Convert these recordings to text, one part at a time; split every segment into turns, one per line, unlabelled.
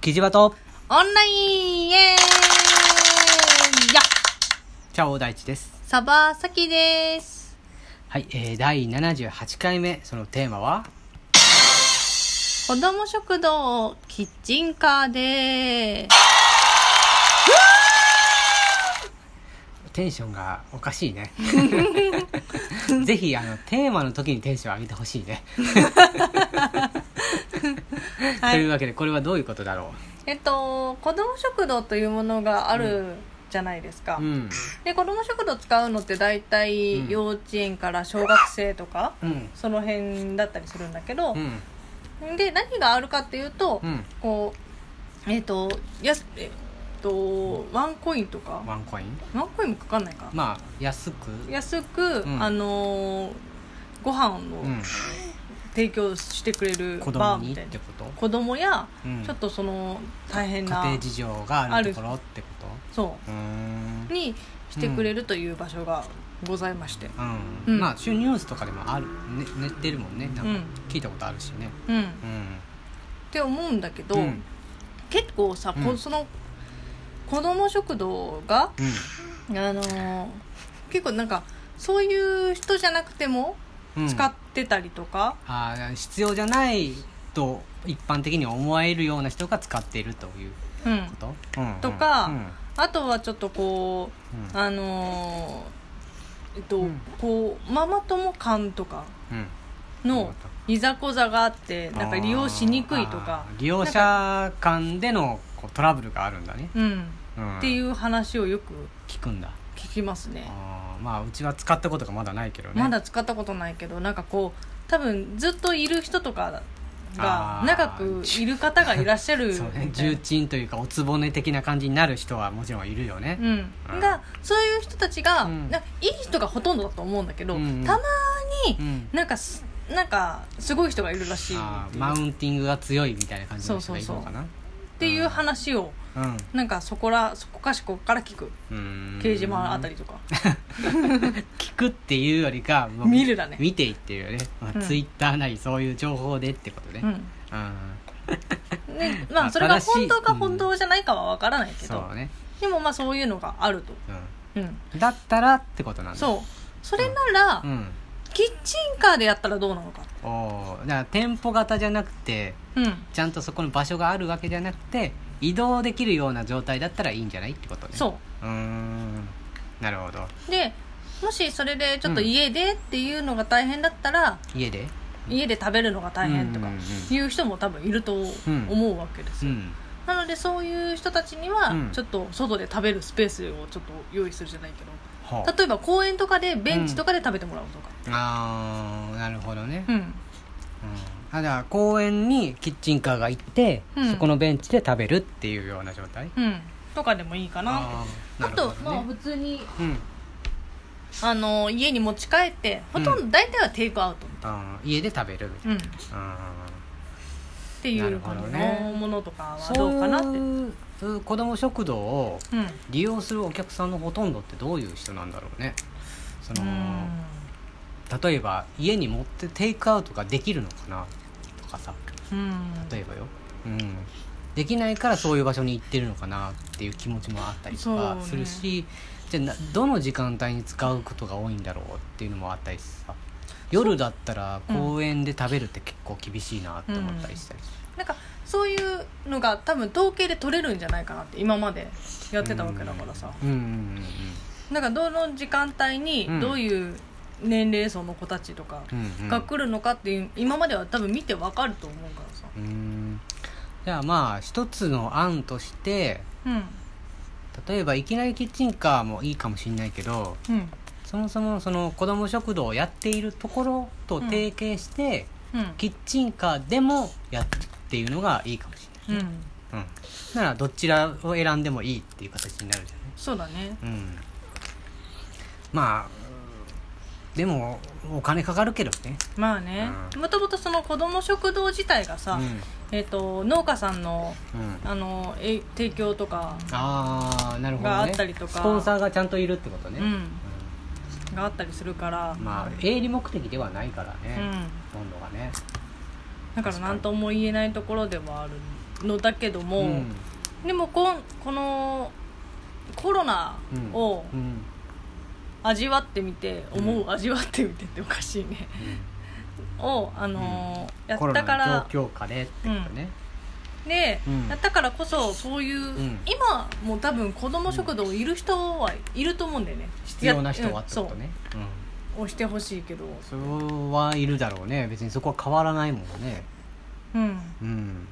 キジバト
オンラインイエーイや
チャオ大地です。
サバサキです。
はい、えー、第78回目、そのテーマは
子供食堂キッチンカーで
テンションがおかし いね。ぜひ、あの、テーマの時にテンション上げてほしいね。
は
と
い
いうわけで、これはどういうことだろ
えっと、子供食堂というものがあるじゃないですか。
う。うん。
で、子供食堂使うのって大
うん
体幼稚園から小学生とか、
うん。
その辺だったりするんだけど
う、ん。
で、何があるかっていうと、
うん。
こう、えっと、やす、えっと、ワンコインとか、
ワンコイン
ワンコインもかかんないか。
まあ、安く。
安く、
うん
あのーご飯を
うん。
提供してくれる
子供
バーみ
にった
いな
てこと
子供や、
うん
ちょっとその大変
家
な
庭事情があるところってこと
そう
ーん
うにしてくれるという場所がございまして
うん、
うん
まあ週ニュースとかでもある、ねね、出るもんねなんか
うん
聞いたことあるしね
うん、っ
うん
て思うんだけど、
うんうん
結構さ、こ
うん
その子供食堂があのー結構なんかそういう人じゃなくても
うん
使ってたりとか、
あー必要じゃないと一般的に思えるような人が使っているという
うん
こと、うん
とか
うん
あとはちょっとこう
うん
あのーえっと、
うん
こうママ友感とか
うん
のいざこざがあってなんか利用しにくいとか
あー利用者間でのこうトラブルがあるんだね、
うん、
うん、
っていうう話をよく
聞くんだ
聞きますね
あーまあうちは使ったことがまだないけどね
まだ使ったことないけどなんかこう多分ずっといる人とか
あ
が
ー
長くいる方がいらっ しゃる
そうね
みたい
重
な
鎮というかおつぼね的な感じになる人はもちろんいるよね、
うん、がそういう人たちが、
うん
なんかいい人がほとんどだと思うんだけど、
うんうん
たまに
うん
なんかすなんかすごい人がいるらしい
あ
っ
ー
ていう
マウンティングが強いみたいな感じの人がいる
そう
の
そうそ
か
う
な
っていう話を
うん
なんかそこらそこかしこから聞く
うーん
掲示板あたりとか
聞くっていうよりかもう
見るだね
見ていっていうよね、まあ
うん
ツイッターなりそういう情報でってことね、
うん
うん
ね
ま
ま
あ
あそれ
正
が
しい
本当か本当じゃないかはわからないけど、
そうね、
でもまあそういうのがあると、うん、
うん、だったらってことなんだ
そうそれなら、
うん
キッチンカーでやったらどうなのか
おーだから店舗型じゃなくて
うん
ちゃんとそこの場所があるわけじゃなくて移動できるような状態だったらいいんじゃないってことね
そう
ーんなるほど
うでもしそれでちょっと
うん
家でっていうのが大変だったら、
家で
家で食べるのが大変とか
うんうん
いう人も多分いると思うわけです
う
よ、
ん
なのでそういう人たちには
うん
ちょっと外で食べるスペースをちょっと用意するじゃないけど、
ほう
例えば公園とかでベンチとかで食べてもらうとか
あーなるほどね、
うん、
うん、あじゃあ公園にキッチンカーが行って、
うん
そこのベンチで食べるっていうような状態
うんとかでもいいかなあ,、
あーなるほど
と
ね
まあ普通に、
うん
あの家に持ち帰ってほとん
う
ど大体はテイクアウト、
あー家で食べるみたい
うんっ
な、
てい
な
う
るほど
感じ
ね
のものとかは
うん、
どうかなってう
そういう子ども食堂を
ん
利用するお客さんのほとんどってどういう人なんだろうねその
うん
例えば家に持ってテイクアウトができるのかなとかさ
うん
例えばよ、うん、できないからそういう場所に行ってるのかなっていう気持ちもあったりと
そう
か
ね
するし、じゃあなどの時間帯に使うことが多いんだろうっていうのもあったりさ夜だったら公園で食べるって結構厳しいなって思ったりしたり
なんかそういうのが多分統計で取れるんじゃないかなって今までやってたわけだからさ、
うんうんうん
なんかどの時間帯に
うん
どういう年齢層の子たちとか
うんうんうん
が来るのかっていう今までは多分見てわかると思うからさ
うんじゃあまあ一つの案として
うん
例えばいきなりキッチンカーもいいかもしれないけど
うん
そもそもその子ども食堂をやっているところと提携して、
うん
キッチンカーでもやるっていうのがいいかもし
う
れない、
ん
うんならどちらを選んでもいいっていう形になるじ
そうだね
ゃない、うん、まあでもお金かかるけどね
まあねもともとその子ども食堂自体がさ、
うん、
えっと農家さんの
うん、
あのえ提供とか、
ああなるほど、ね、
があったりとか
スポンサーがちゃんといるってことね、
うん、があったりするから、
うんまあ営利目的ではないから
う
ね、
ん、
ほとんどがね
だから何とも言えないところではあるのだけども、
うん
でもこんこのコロナ
うん
を
うんうん
味わってみて、
うん
思う味わってみてっておかしいねを、あのー
コ
や
ロ
っ
ナ
たか
の
ら
状況下でってことね、
で、
うん
やったからこそそういう、
ん
今も多分子ども食堂いる人はいると思うんだよね
必要な人はって
そ
ことね、うん
うをしてほしいけど
それはいるだろうね別にそこは変わらないもんね
うん
うん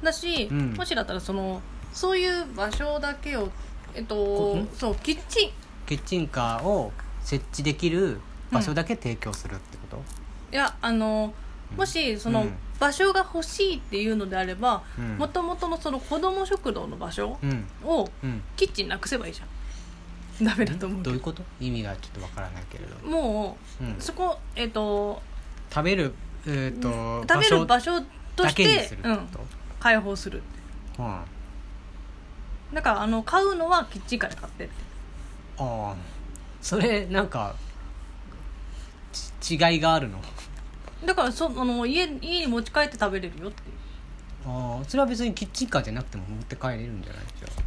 だし、
うん
もしだったらそのそういう場所だけをえっ
こと
そうキッチン
キッチンカーを設置できる場所だけ提供するってこと、
いやあのもしそ
う
の、
ん
場所が欲しいっていうのであれば
うん
もともとのその子ども食堂の場所
うん
を
うん
キッチンなくせばいいじゃんダメだと思うけ
どう
ど
いうこと意味がちょっとわからないけれど、
も
う、
うんそこえっ、と
食べるえっ、と
食べる場
所
所と
だ
し
けにす
て
るっ、て
うん、
こ
開放する
と、うんあ
だからあの買うのはキッチンから買ってって
あそれなんかち違いがあるの
だからそあの家家に持ち帰って食べれるよっていう
ああそれは別にキッチンカーじゃなくても持って帰れるんじゃないじゃあ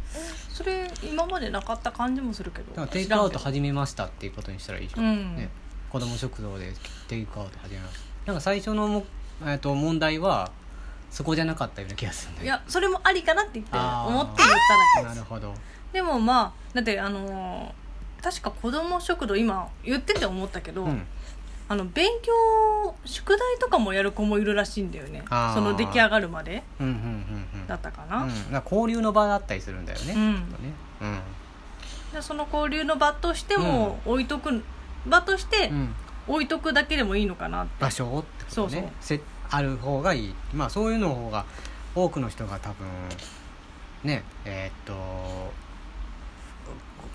それ今までなかった感じもするけど
だからテイクアウト
知らん
始めましたっていうことにしたらいいじゃん、
うん
ね、子供食堂でテイクアウト始めましたなんか最初のも、えー、と問題はそこじゃなかったような気がするんだ
けど
け
い
ど
やそれもありかなって言って
あー
思って言っただ
なるほど
けでもまあだってあのー確か子ども食堂今言ってて思ったけど、
うん
あの勉強宿題とかもやる子もいるらしいんだよね
あー
その出来上がるまで
うんうんうんうん
だったか
う
な、
ん、なんか交流の場だったりするんだよね、
うん
きっとねうん
でその交流の場としても置いとく、場として
うん、
置いとくだけでもいいのかなって
場所ってことね
そうそう
せある方がいいまあそういうの方が多くの人が多分ねえーっと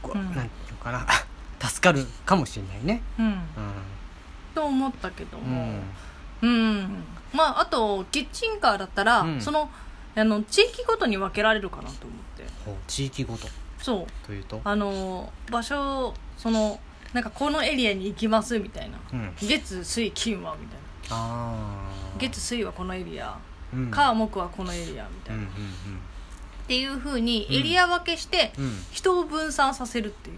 ここ
うん
なんていうのかな 助かるかもしれないね
うん
う
と思ったけど
ん、う
も
ん、
うんまああとキッチンカーだったら、
うん
そのあの地域ごとに分けられるかなと思って
ほう地域ごと
そう
というと
あの場所そのなんかこのエリアに行きますみたいな
うん
月水金はみたいな
ああ
月水はこのエリア
うん
火木はこのエリアみた
う
い
ん
な、
うん
っていうふうに
うん
エリア分けして
うん
人を分散させるっていう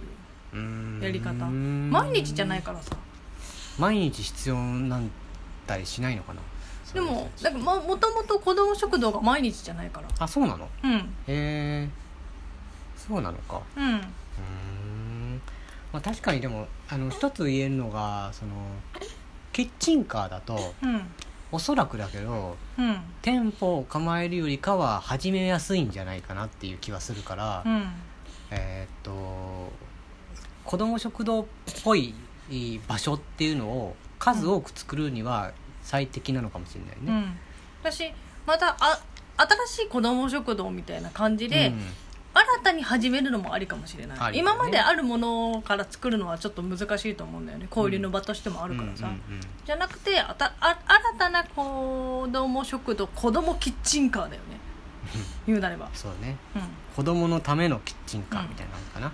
うんうーん
やり方毎日じゃないからさ
毎日必要なんだりしないのかな
でも
そう
なんかももともと子ども食堂が毎日じゃないから
あそうなの
うん
へえそうなのか
うん
うーん、まあ、確かにでもあの一つ言えるのがそのキッチンカーだと
うん
おそらくだけど
うん
店舗を構えるよりかは始めやすいんじゃないかなっていう気はするから、
うん
えーっと子ども食堂っぽい場所っていうのを数多く作るには最適なのかもしれないね。
うん私またあ新しい子ども食堂みたいな感じで、
うん
新たに始めるのもありかもしれない、
ありだね
今まであるものから作るのはちょっと難しいと思うんだよね交流の場としてもあるからさ、
うんうんうん
じゃなくてあたあ新たな子ども食堂子どもキッチンカーだよね言うなれば、
そうね
うん、
子供のためのキッチンカーみたいなのかな、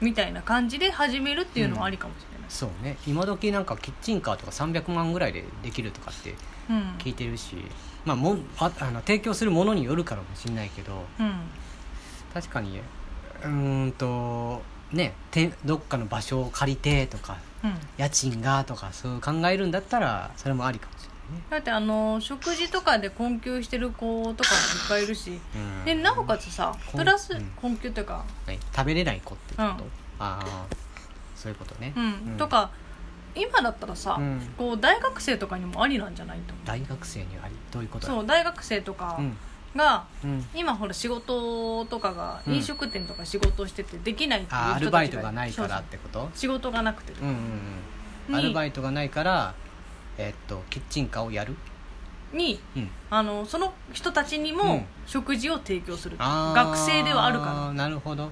うん、
みたいな感じで始めるっていうのはありかもしれない
そうね今時なんかキッチンカーとか300万ぐらいでできるとかって
うん
聞いてるし、まあ、もんああの提供するものによるかもしれないけど
うん
確かにうーんとねてどっかの場所を借りてとか
うん
家賃がとかそう考えるんだったらそれもありかもし
だってあの食事とかで困窮してる子とかもいっぱいいるし
れないね、
で
うん
なおかつさ
困
プラス
うん
困窮というか、
はい食べれない子ってこと、
うん
ああそういうことね、
うん
うん
とか今だったらさ、
うん
こう大学生とかにもありなんじゃないと思う
大学生にはありどういうことだ
そう大学生とか
うん
が、
うん
今ほら仕事とかが
うん
飲食店とか仕事をしててできないっていう
あーアル
人
バ
た
イ
ち
トがないから
そ
っ
う
てこと
そう仕事がなくて
うんうんうん、ア
に
ルバイトがないから、えっとキッチンカーをやる、
に
うん、
あのその人たちに
う
も
ん
食事を提供する、
あー
学生ではあるから
なるほど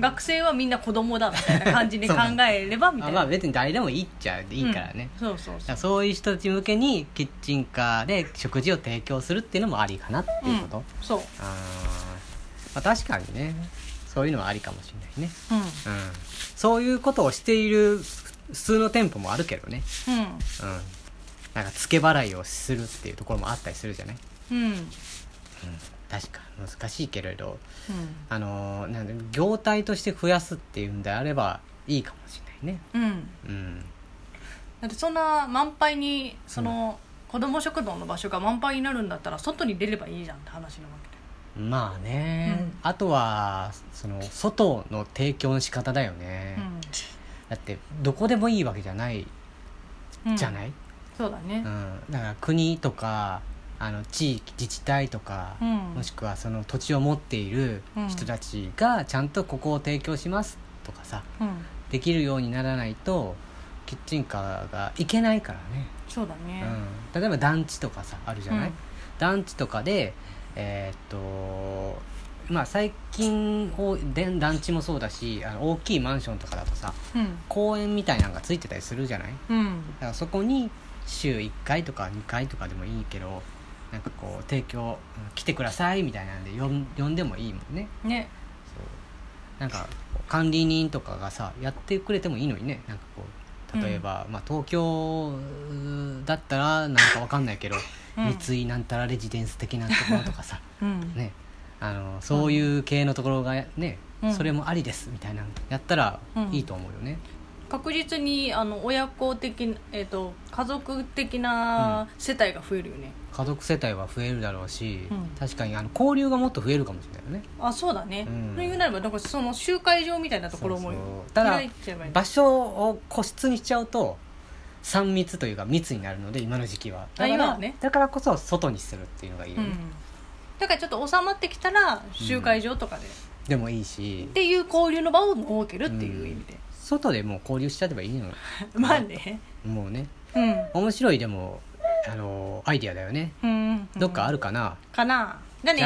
学生はみんな子供だみたいな感じで
そ
考
うなん
えればみた
あ
い
ま
な
あ別に誰でもいいっちゃいいからね、
うんそうそう
だ
そ
から
う
そういう人たち向けにキッチンカーで食事を提供するっていうのもありかなっていうこと、
そう、
あーまあ確かにねそういうのはありかもしれないね、
うん
うん、そういうことをしている普通の店舗もあるけどね、うん、なんか付け払いをするっていうところもあったりするじゃない
うんうん
確か難しいけれどあのなんだ業態として増やすっていうんであればいいかもしれないね
うん、うん、
うん
だってそんな満杯にその、子供食堂の場所が満杯になるんだったら外に出ればいいじゃんって話なわけで
まあね、
うん
あとはその外の提供の仕方だよね、だってどこでもいいわけじゃない
うん
じゃないい、
そうだ
う
ね
ん、だから国とかあの地域自治体とか、
うん
もしくはその土地を持っている人たちがちゃんとここを提供しますとかさ
うん
できるようにならないとキッチンカーがいけないからね、
そうだね
うん、例えば団地とかさあるじゃない、
うん
団地とかでえーっとまあ最近おで団地もそうだしあの大きいマンションとかだとさ
うん
公園みたいなのがついてたりするじゃない
うん
だからそこに週1回とか2回とかでもいいけどなんかこう提供来てくださいみたいなんで呼ん呼んでもいいもんね
ね
そうなんか管理人とかがさやってくれてもいいのにねなんかこう例えば、まあ、東京だったらなんかわかんないけど、
うん
三井なんたらレジデンス的なところとか さ
うん
ねあのそういう系のところがね、
うん
それもありですみたいなのやったら
うん
いいと思うよね、
確実にあの親子的な、えっと家族的な世帯が増えるよね、
家族世帯は増えるだろうし、
うん
確かにあの交流がもっと増えるかもしれないよね
あそうだね、
うん
そういうなればなんかその集会場みたいなところも
そうそうただ
開いちゃえばいい
場所を個室にしちゃうと3密というか密になるので今の時期はだか
今は
ら,、
ね
だからこそ外にするっていうのがいいよ
う
ね、
ん、だからちょっと収まってきたら集会場とかで、っ
でもいいして
いう交流の場を設けるっていう意味で、
外でもう交流しちゃえばいいのよ
まあね
もうね
うん
面白いでもあのアイディアだよね
うん
どっかあるかな、
かな